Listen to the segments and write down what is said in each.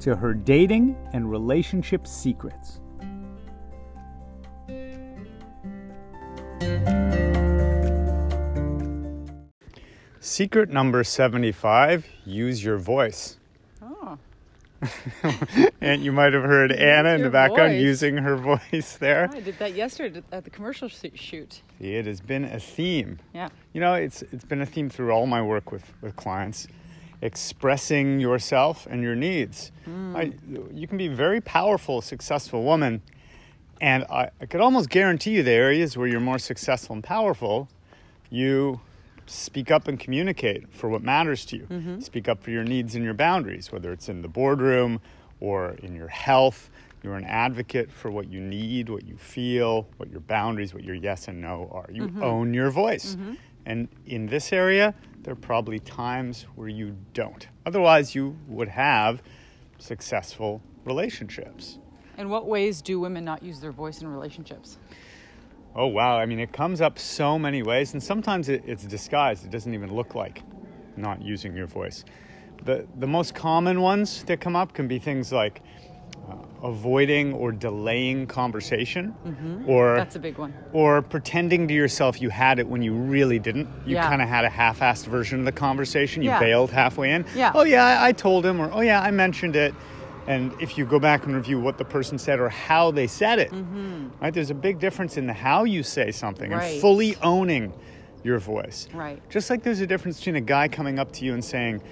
to her dating and relationship secrets. Secret number 75 use your voice. Oh, And you might have heard Anna in the your background voice. using her voice there. I did that yesterday at the commercial shoot- shoot. It has been a theme. Yeah. You know, it's it's been a theme through all my work with with clients, expressing yourself and your needs. I, you can be a very powerful, successful woman, and I, I could almost guarantee you the areas where you're more successful and powerful, you speak up and communicate for what matters to you. Speak up for your needs and your boundaries, whether it's in the boardroom or in your health. You're an advocate for what you need, what you feel, what your boundaries, what your yes and no are. You own your voice. And in this area, there are probably times where you don't. Otherwise, you would have successful relationships. In what ways do women not use their voice in relationships? Oh, wow. I mean, it comes up so many ways, and sometimes it, it's disguised. It doesn't even look like not using your voice. The, the most common ones that come up can be things like uh, avoiding or delaying conversation, or, Mm-hmm. That's a big one. or pretending to yourself you had it when you really didn't. You Yeah. kind of had a half assed version of the conversation, you Yeah. bailed halfway in. Yeah. Oh, yeah, I, I told him, or oh, yeah, I mentioned it. And if you go back and review what the person said or how they said it, right? There's a big difference in the how you say something and Mm-hmm. Right. fully owning your voice. Right. Just like there's a difference between a guy coming up to you and saying,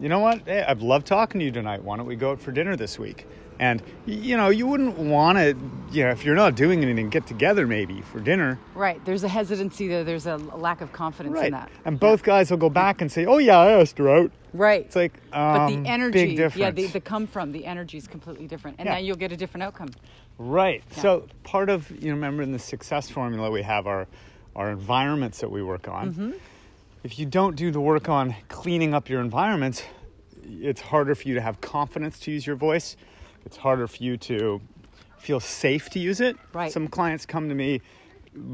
you know what, hey, I've loved talking to you tonight. Why don't we go out for dinner this week? And, y- you know, you wouldn't want to, you know, if you're not doing anything, get together maybe for dinner. Right. There's a hesitancy there. There's a l- lack of confidence in Right. that. And both guys will go back and say, oh, yeah, I asked her out. Right. It's like, but um, the energy, big difference. yeah, the, the come from, the energy is completely different, and Yeah. now you'll get a different outcome. Right. So part of you know, remember in the success formula we have our our environments that we work on. Mm-hmm. If you don't do the work on cleaning up your environments, it's harder for you to have confidence to use your voice. It's harder for you to feel safe to use it. Right. Some clients come to me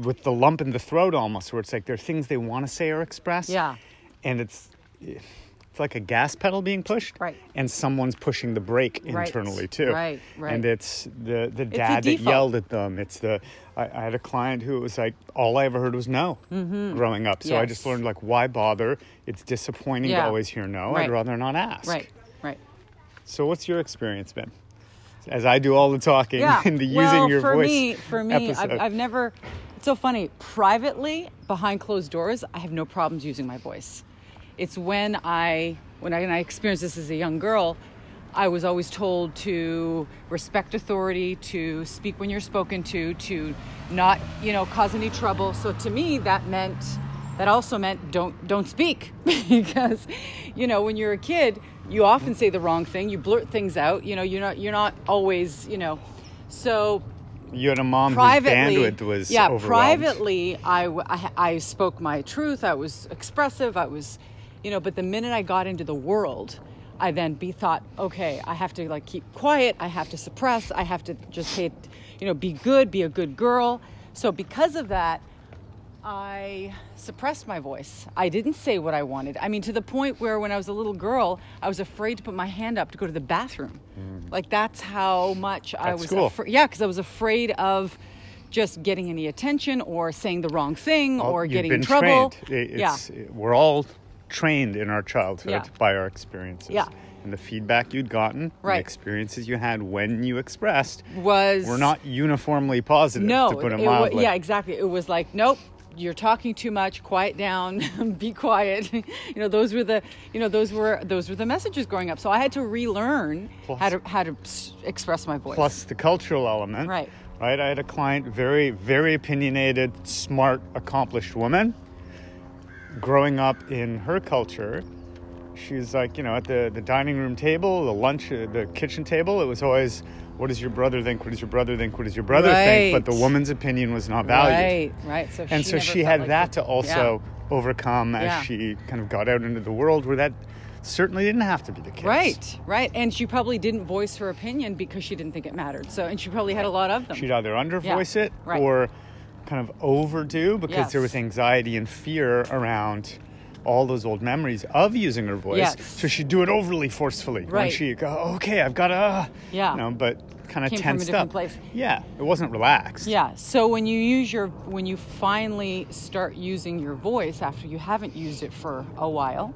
with the lump in the throat almost where it's like there are things they want to say or express. Yeah. And it's it's like a gas pedal being pushed. Right. And someone's pushing the brake Right. internally too. Right, right. And it's the the a dad that default. yelled at them. It's the I, I had a client who was like all I ever heard was no growing up. So I just Mm-hmm. Yes. learned like why bother? It's disappointing to Yeah. always hear no. I'd Right. rather not ask. Right. Right. So what's your experience been? As I do all the talking Yeah. and the using well, your for voice. me, for me, I've, episode. I've never. It's so funny. Privately, behind closed doors, I have no problems using my voice. It's when I when I, and I experienced this as a young girl. I was always told to respect authority, to speak when you're spoken to, to not, you know, cause any trouble. So to me, that meant that also meant don't don't speak because you know when you're a kid you often say the wrong thing you blurt things out you know you're not you're not always you know so you had a mom privately whose bandwidth was yeah overwhelmed. privately I, w- I- I spoke my truth i was expressive i was you know but the minute i got into the world i then be thought okay i have to like keep quiet i have to suppress i have to just say you know be good be a good girl so because of that I suppressed my voice. I didn't say what I wanted. I mean, to the point where when I was a little girl, I was afraid to put my hand up to go to the bathroom. Like, that's how much Mm. I At was. school. Afra- yeah, because I was afraid of just getting any attention or saying the wrong thing Well, or you've getting Oh, been in trouble. Trained. It- yeah. it's- We're all trained in our childhood Yeah. by our experiences. Yeah. And the feedback you'd gotten, the Right. experiences you had when you expressed, Was were not uniformly positive, no, to put it, wa- mildly. yeah, exactly. It was like, nope, you're talking too much. Quiet down. Be quiet. you know, those were the you know those were those were the messages growing up. So I had to relearn how Plus- to how to s- express my voice. Plus the cultural element. Right. Right. I had a client, very, very opinionated, smart, accomplished woman. Growing up in her culture, she's like, you know, at the, the dining room table, the lunch, uh, the kitchen table, it was always, what does your brother think? What does your brother think? What does your brother think? But the Right. woman's opinion was not valued. Right, right. So And she so never she felt had like that the- to also overcome as Yeah. she kind of got out into the world where that certainly didn't have to be the case. Right, right. And she probably didn't voice her opinion because she didn't think it mattered. So, and she probably had a lot of them. She'd either undervoice it right. or kind of overdo because there Yes. was anxiety and fear around all those old memories of using her voice. Yes. So she'd do it overly forcefully. When Right. she go, okay, I've got to, uh, Yeah. you know, but kind of Came tensed from a different up. place. Yeah, it wasn't relaxed. Yeah. So when you use your, when you finally start using your voice after you haven't used it for a while,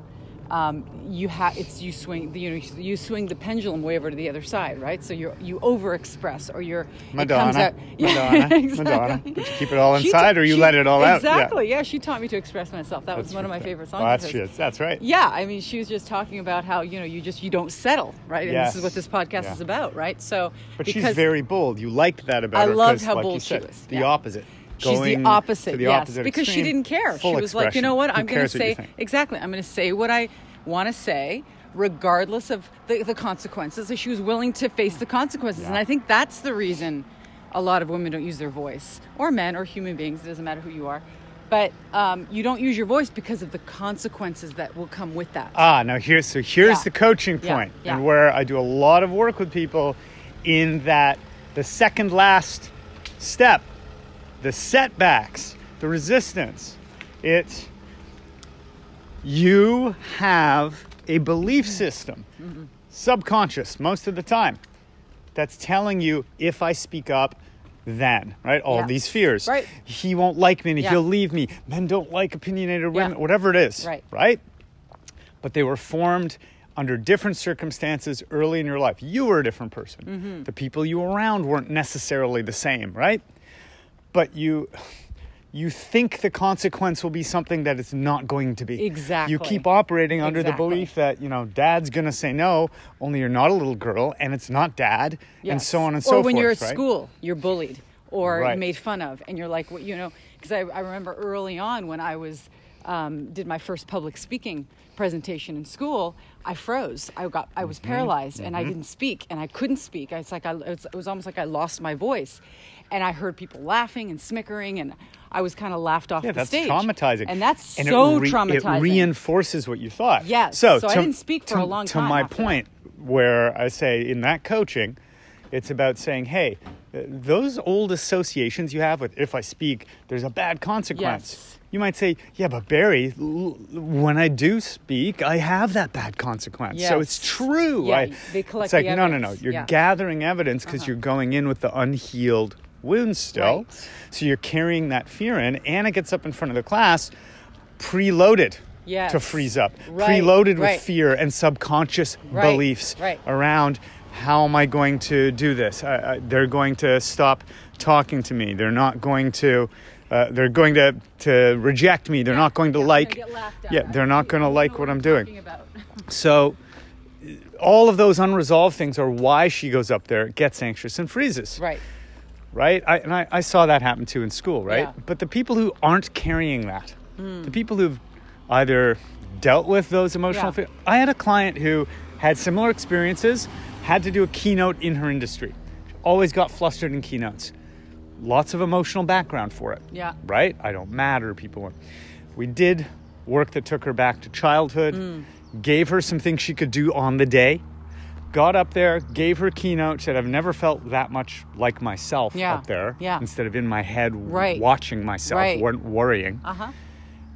um, you have it's you swing you know you swing the pendulum way over to the other side, right? So you you overexpress or you're It comes Madonna, out, Madonna, Madonna. But you keep it all inside or you let it all out. Yeah. Exactly. Yeah. She taught me to express myself. That was one of my favorite songs. Well, of that's, hers. shit. that's right. Yeah, I mean, she was just talking about how you know you just you don't settle, right? And this is what Yes. this podcast Yeah. is about, right? So, But she's because- very bold. You liked that about I her. 'cause, loved how like you bold she said, was. The Yeah. opposite. She's Going the opposite, to the yes, opposite because she extreme. didn't care. Full she was like, you expression. know what, Who I'm going to cares what you say think? exactly. I'm going to say what I want to say, regardless of the, the consequences. So she was willing to face the consequences, and Yeah. I think that's the reason a lot of women don't use their voice, or men, or human beings. It doesn't matter who you are, but um, you don't use your voice because of the consequences that will come with that. Ah, now here's so here's Yeah. the coaching Yeah, point, yeah. and where I do a lot of work with people, in that the second last step, the setbacks, the resistance, it's you have a belief Mm-hmm. system, subconscious most of the time, that's telling you if I speak up. Then, right? All Yeah. these fears. Right. He won't like me. Yeah. He'll leave me. Men don't like opinionated women. Whatever it is. Right. Right but they were formed under different circumstances early in your life. You were a different person. Mm-hmm. The people you were around weren't necessarily the same, right? But you you think the consequence will be something that it's not going to be. Exactly. You keep operating under Exactly. the belief that, you know, dad's going to say no, only you're not a little girl and it's not dad and Yes. so on and so forth. Or when you're at right? school, you're bullied or Right. made fun of, and you're like, what you know, because I, I remember early on when I was um, did my first public speaking presentation in school, I froze. I got I Mm-hmm. was paralyzed and I didn't speak and I couldn't speak. It's like I, it, was, it was almost like I lost my voice, and I heard people laughing and snickering and. I was kind of laughed off Yeah, the that's stage. traumatizing. And that's And it so re- traumatizing. It reinforces what you thought. Yes, so I didn't speak for to, a long to time my after that. point, where I say in that coaching, it's about saying, hey, th- those old associations you have with if I speak, there's a bad consequence. Yes. You might say, yeah, but Barry, l- l- when I do speak, I have that bad consequence. So it's Yes. true. Yeah, I- they collect it's like, the no, no, no. evidence. You're Yeah. gathering evidence Uh-huh. because you're going in with the unhealed wound still. Right. So you're carrying that fear in. Anna gets up in front of the class, preloaded Yes. to freeze up, Right, preloaded right. with fear and subconscious Right, beliefs right. around how am I going to do this? I, I, they're going to stop talking to me. They're not going to. Uh, they're going to, to reject me. They're not going to I'm gonna like. get laughed at. Yeah, I they're don't not even going to know like what I'm I'm doing. talking about. So, all of those unresolved things are why she goes up there, gets anxious, and freezes. Right. Right? I, and I, I saw that happen too in school, right? Yeah. Hmm. But the people who aren't carrying that, the people who've either dealt with those emotional Yeah. feelings. I had a client who had similar experiences, had to do a keynote in her industry, always got flustered in keynotes. Lots of emotional background for it. Yeah. Right? I don't matter, people. were- We did work that took her back to childhood, Hmm. gave her some things she could do on the day got up there, gave her keynote, said, I've never felt that much like myself Yeah, up there yeah. instead of in my head w- Right, watching myself, right. wor- worrying. Uh huh.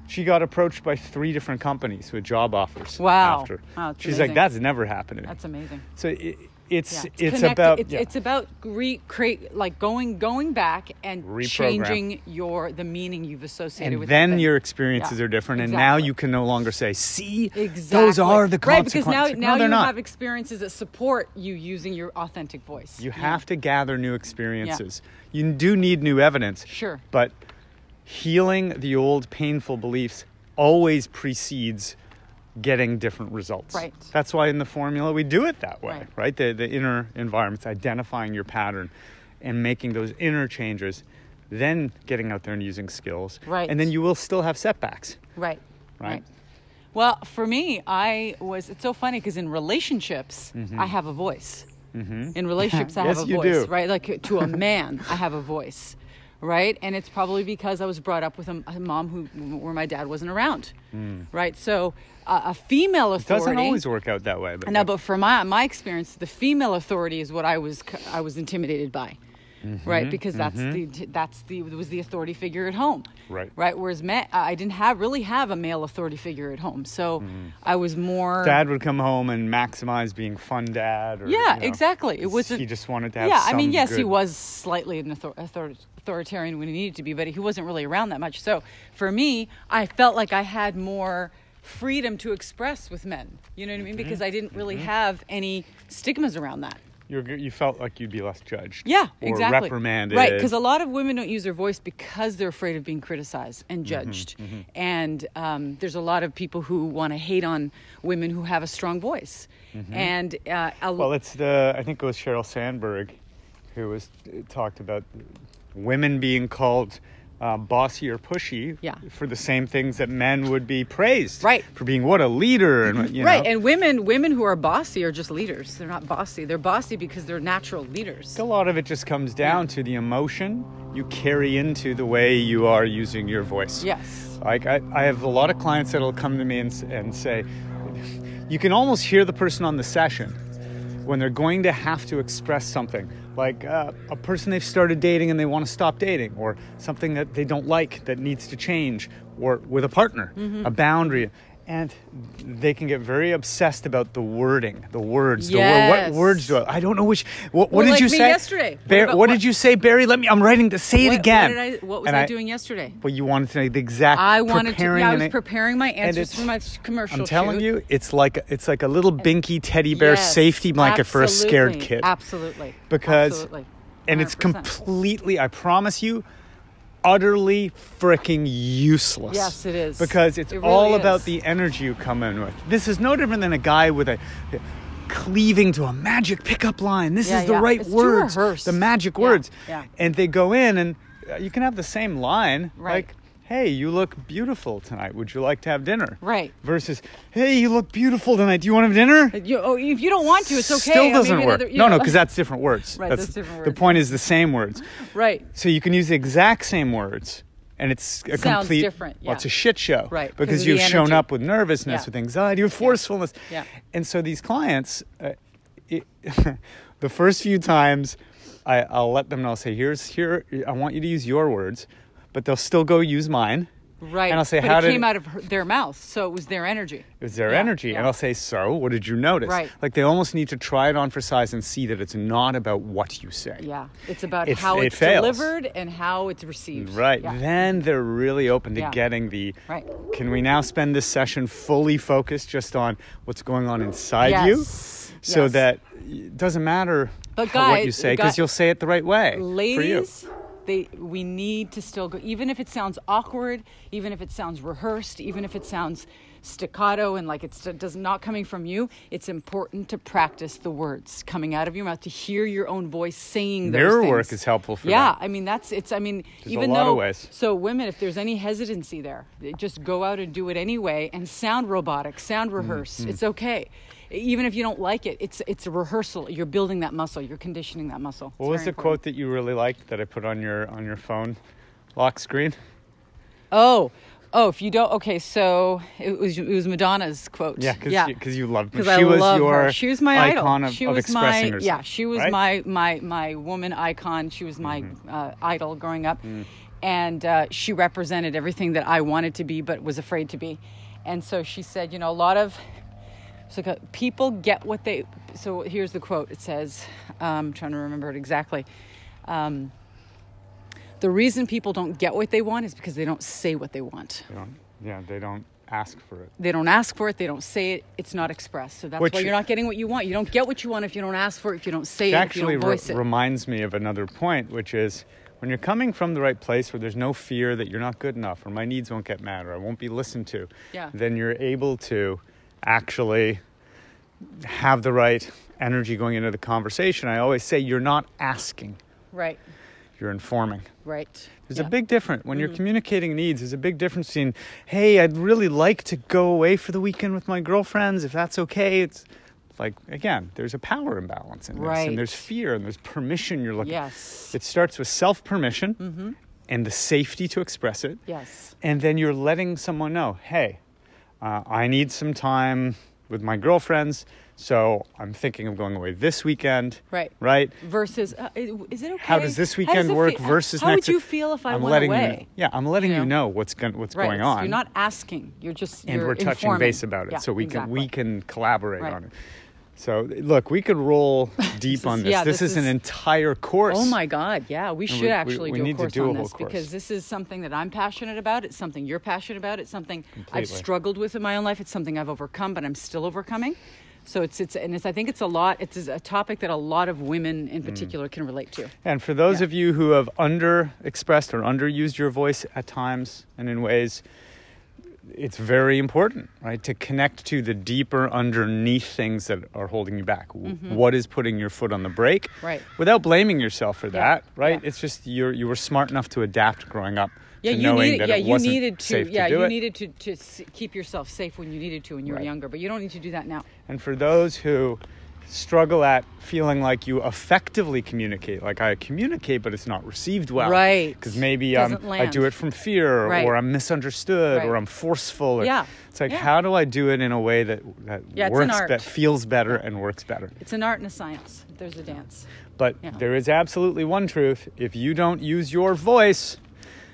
She got approached by three different companies with job offers Wow. after. Wow, that's She's amazing. like, that's never happened to me. That's amazing. so it, it's, Yeah. it's Connect- about, it's, yeah. it's about recreate like going going back and Reprogram. changing your the meaning you've associated and with then that thing. your experiences Yeah, are different, and now exactly. you can no longer say, "See, exactly those are the right consequences." because now No, now they're you not. have experiences that support you using your authentic voice. You have to gather new experiences. You do need new evidence. Sure. But healing the old painful beliefs always precedes getting different results. Right. That's why in the formula we do it that way, Right. right? The, the inner environments, identifying your pattern and making those inner changes, then getting out there and using skills. Right. And then you will still have setbacks. Right. Right. Well, for me, I was. It's so funny because in relationships, I have a voice. In relationships, I Mm-hmm. Yes, have a you do. voice, right? Like to a man, I have a voice, right? And it's probably because I was brought up with a, a mom who, where my dad wasn't around, right? So uh, a female authority Mm. Doesn't always work out that way. But no, but from my my experience, the female authority is what I was c- I was intimidated by, Mm-hmm. right? Because that's the that's the was the authority figure at home, Right. Right. Whereas men, I didn't have really have a male authority figure at home, so I was more Mm-hmm. dad would come home and maximize being fun dad. Or, Yeah, you know, exactly. It wasn't. He just wanted to have. Yeah, I mean, some yes, he good- was slightly an author- author- authoritarian when he needed to be, but he wasn't really around that much. So for me, I felt like I had more freedom to express with men. You know what I Mm-hmm. mean? Because I didn't really have any stigmas around that. You were- you felt like you'd be less judged. Yeah, or exactly. Reprimanded. Right, because a lot of women don't use their voice because they're afraid of being criticized and Mm-hmm, judged. And um, there's a lot of people who want to hate on women who have a strong voice. And uh, a, Mm-hmm. Well, it's the I think it was Sheryl Sandberg who was uh, talked about women being called uh, bossy or pushy Yeah. for the same things that men would be praised Right. for being what a leader and what, you right, know. and women women who are bossy are just leaders. They're not bossy. They're bossy because they're natural leaders. a lot of it just comes down to the emotion you carry into the way you are using your voice. Yes. Like I, I have a lot of clients that'll come to me and, s- and say, you can almost hear the person on the session when they're going to have to express something, like uh, a person they've started dating and they want to stop dating, or something that they don't like that needs to change, or with a partner, Mm-hmm. a boundary. And they can get very obsessed about the wording, the words, the word. Yes. What words do I? I don't know which. What, what Well, did like you me say yesterday. What Bar- what about- what- did you say, Barry? Let me. I'm writing to say it What- again. What, did I, what was And I, doing yesterday? Well, you wanted to know the exact. I wanted to. preparing Yeah, I an was a- preparing my and answers it's- for my s- commercial. I'm telling shoot. you, it's like it's like a little binky teddy bear Yes, safety blanket for a scared absolutely, kid. Absolutely. Because Absolutely. and it's 100%. completely, I promise you, utterly freaking useless. Yes, it is. Because it's It really all about is. the energy you come in with. This is no different than a guy with a cleaving to a magic pickup line. This Yeah, is the yeah. right It's too words, rehearsed. the magic Yeah, words. yeah. And they go in and uh, you can have the same line Right. like Hey, you look beautiful tonight. Would you like to have dinner? Right. Versus, hey, you look beautiful tonight. Do you want to have dinner? You- oh, if you don't want to, it's okay. Still I'll doesn't maybe work. another- you no, know. no, because that's different words. Right, that's different The words. point is the same words. right. So you can use the exact same words, and it's a Sounds complete. different, Well, it's yeah. a shit show, Right, 'cause Because of the you've shown energy. up with nervousness, Yeah. with anxiety, with forcefulness, Yeah. And so these clients, uh, it, the first few times, I, I'll let them know. I'll say, "Here's here. I want you to use your words," but they'll still go use mine. Right. And I'll say, but "How it did came out of her, their mouth, so it was their energy. it was their Yeah, energy. yeah. And I'll say, so what did you notice? Right. Like they almost need to try it on for size and see that it's not about what you say. Yeah, it's about It's- how it it's fails. delivered and how it's received. Right. Yeah. Then they're really open to Yeah. getting the Right. can we now spend this session fully focused just on what's going on inside Yes. you? So Yes. that it doesn't matter But how- what you guys- say because guy- you'll say it the right way. for you. ladies they we need to still go even if it sounds awkward even if it sounds rehearsed even if it sounds staccato and like it's does not coming from you it's important to practice the words coming out of your mouth to hear your own voice singing those Mirror things. work is helpful for yeah that. i mean that's it's i mean There's a even lot of though ways. so women if there's any hesitancy there they just go out and do it anyway and sound robotic sound Mm-hmm. rehearsed it's okay even if you don't like it it's it's a rehearsal you're building that muscle you're conditioning that muscle What was the quote that you really liked that I put on your on your phone lock screen? Oh, oh, if you don't, okay, so it was it was Madonna's quote. Yeah, because you, loved me. 'Cause She I was love your her. She was my icon idol. of, she of was expressing my herself. yeah. She was right? Mm-hmm. my my my woman icon. She was my uh, idol growing up, Mm. and uh, she represented everything that I wanted to be but was afraid to be. And so she said, you know, a lot of it's like a, people get what they. So here's the quote. It says, um, I'm trying to remember it exactly. Um, the reason people don't get what they want is because they don't say what they want They don't- yeah, they don't ask for it. they don't ask for it they don't say it it's not expressed so that's Which- why you're not getting what you want you don't get what you want if you don't ask for it if you don't say it, It if actually you re- don't voice it reminds me of another point, which is when you're coming from the right place where there's no fear that you're not good enough or my needs won't get met or I won't be listened to, Yeah. then you're able to actually have the right energy going into the conversation. I always say you're not asking, right you're informing. right There's Yeah. Mm-hmm. a big difference when you're communicating needs. There's a big difference in, hey, I'd really like to go away for the weekend with my girlfriends if that's okay. It's like again there's a power imbalance in this Right. and there's fear and there's permission you're looking Yes. Mm-hmm. it starts with self-permission and the safety to express it Yes. and then you're letting someone know hey uh, i need some time with my girlfriends so i'm thinking of going away this weekend Right. right Versus, uh, i- is it okay? how does this How does weekend it work fe- versus how next would you feel if I am went letting away? you yeah i'm letting You you know? know what's going what's right. going so on you're not asking. You're just and you're we're touching informing. base about it Yeah, so we exactly. can we can collaborate Right. on it so look we could roll deep This on is- this yeah, this, this is, an is- entire course Oh my God! Yeah, we we- should we- actually we do a need to course do a on whole this course. because this is something that I'm passionate about. It's something you're passionate about. It's something I've Completely. struggled with in my own life. It's something I've overcome, but I'm still overcoming. So it's it's and it's I think it's a lot. It's a topic that a lot of women Mm. in particular can relate to. and for those Yeah. of you who have under expressed or underused your voice at times and in ways it's very important right to connect to the deeper underneath things that are holding you back W- what is putting your foot on the brake Mm-hmm. Right. without blaming yourself for that right yeah. it's just you're you were smart enough to adapt growing up Yeah, to you knowing needed. that Yeah, it you wasn't needed to. safe yeah, to do you it. needed to to s- keep yourself safe when you needed to when you were Right. younger. But you don't need to do that now. And for those who struggle at feeling like you effectively communicate, like I communicate, but it's not received well. Right. Because maybe um, Doesn't I do land. it from fear Right. or I'm misunderstood or Right. I'm forceful. Or, Yeah. It's like, Yeah. how do I do it in a way that, that Yeah, it's an works, art. that feels better and works better? It's an art and a science. There's a dance. But Yeah. there is absolutely one truth. If you don't use your voice,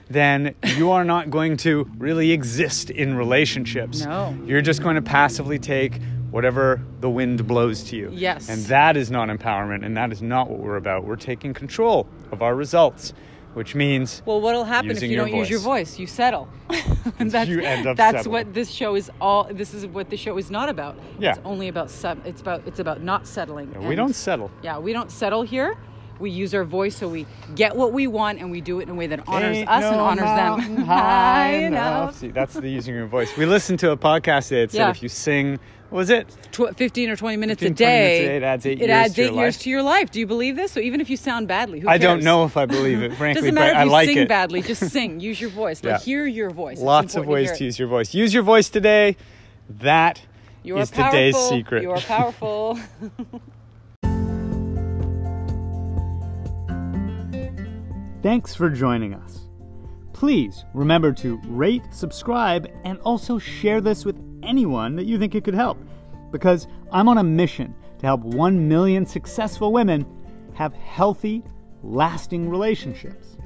then you are not going to really exist in relationships. No. You're just going to passively take whatever the wind blows to you. Yes. And that is not empowerment, and that is not what we're about. We're taking control of our results, which means Well, what'll happen if Using you your don't use your voice? You settle. and that's, You end up that's settling. what this show is all. This is what the show is not about. Yeah. It's only about sub. It's about it's about not settling. we And- don't settle. Yeah, we don't settle here. We use our voice so we get what we want and we do it in a way that honors Ain't us and no honors mountain them. High enough. See, that's the using your voice. We listened to a podcast today that said Yeah. if you sing, what was it? Tw- 15 or 20 minutes 15, 20 minutes a a day. day, it adds eight years adds to your eight years life. to your life. Do you believe this? So even if you sound badly, who I don't cares? know if I believe it, frankly, Doesn't matter but if I you like sing it. badly. Just sing. Use your voice. Like, Yeah. hear your voice. It's Lots of important ways hear to, it. use your voice. Use your voice today. That is You are powerful. today's secret. You are powerful. Thanks for joining us. Please remember to rate, subscribe, and also share this with anyone that you think it could help. Because I'm on a mission to help 1 million successful women have healthy, lasting relationships.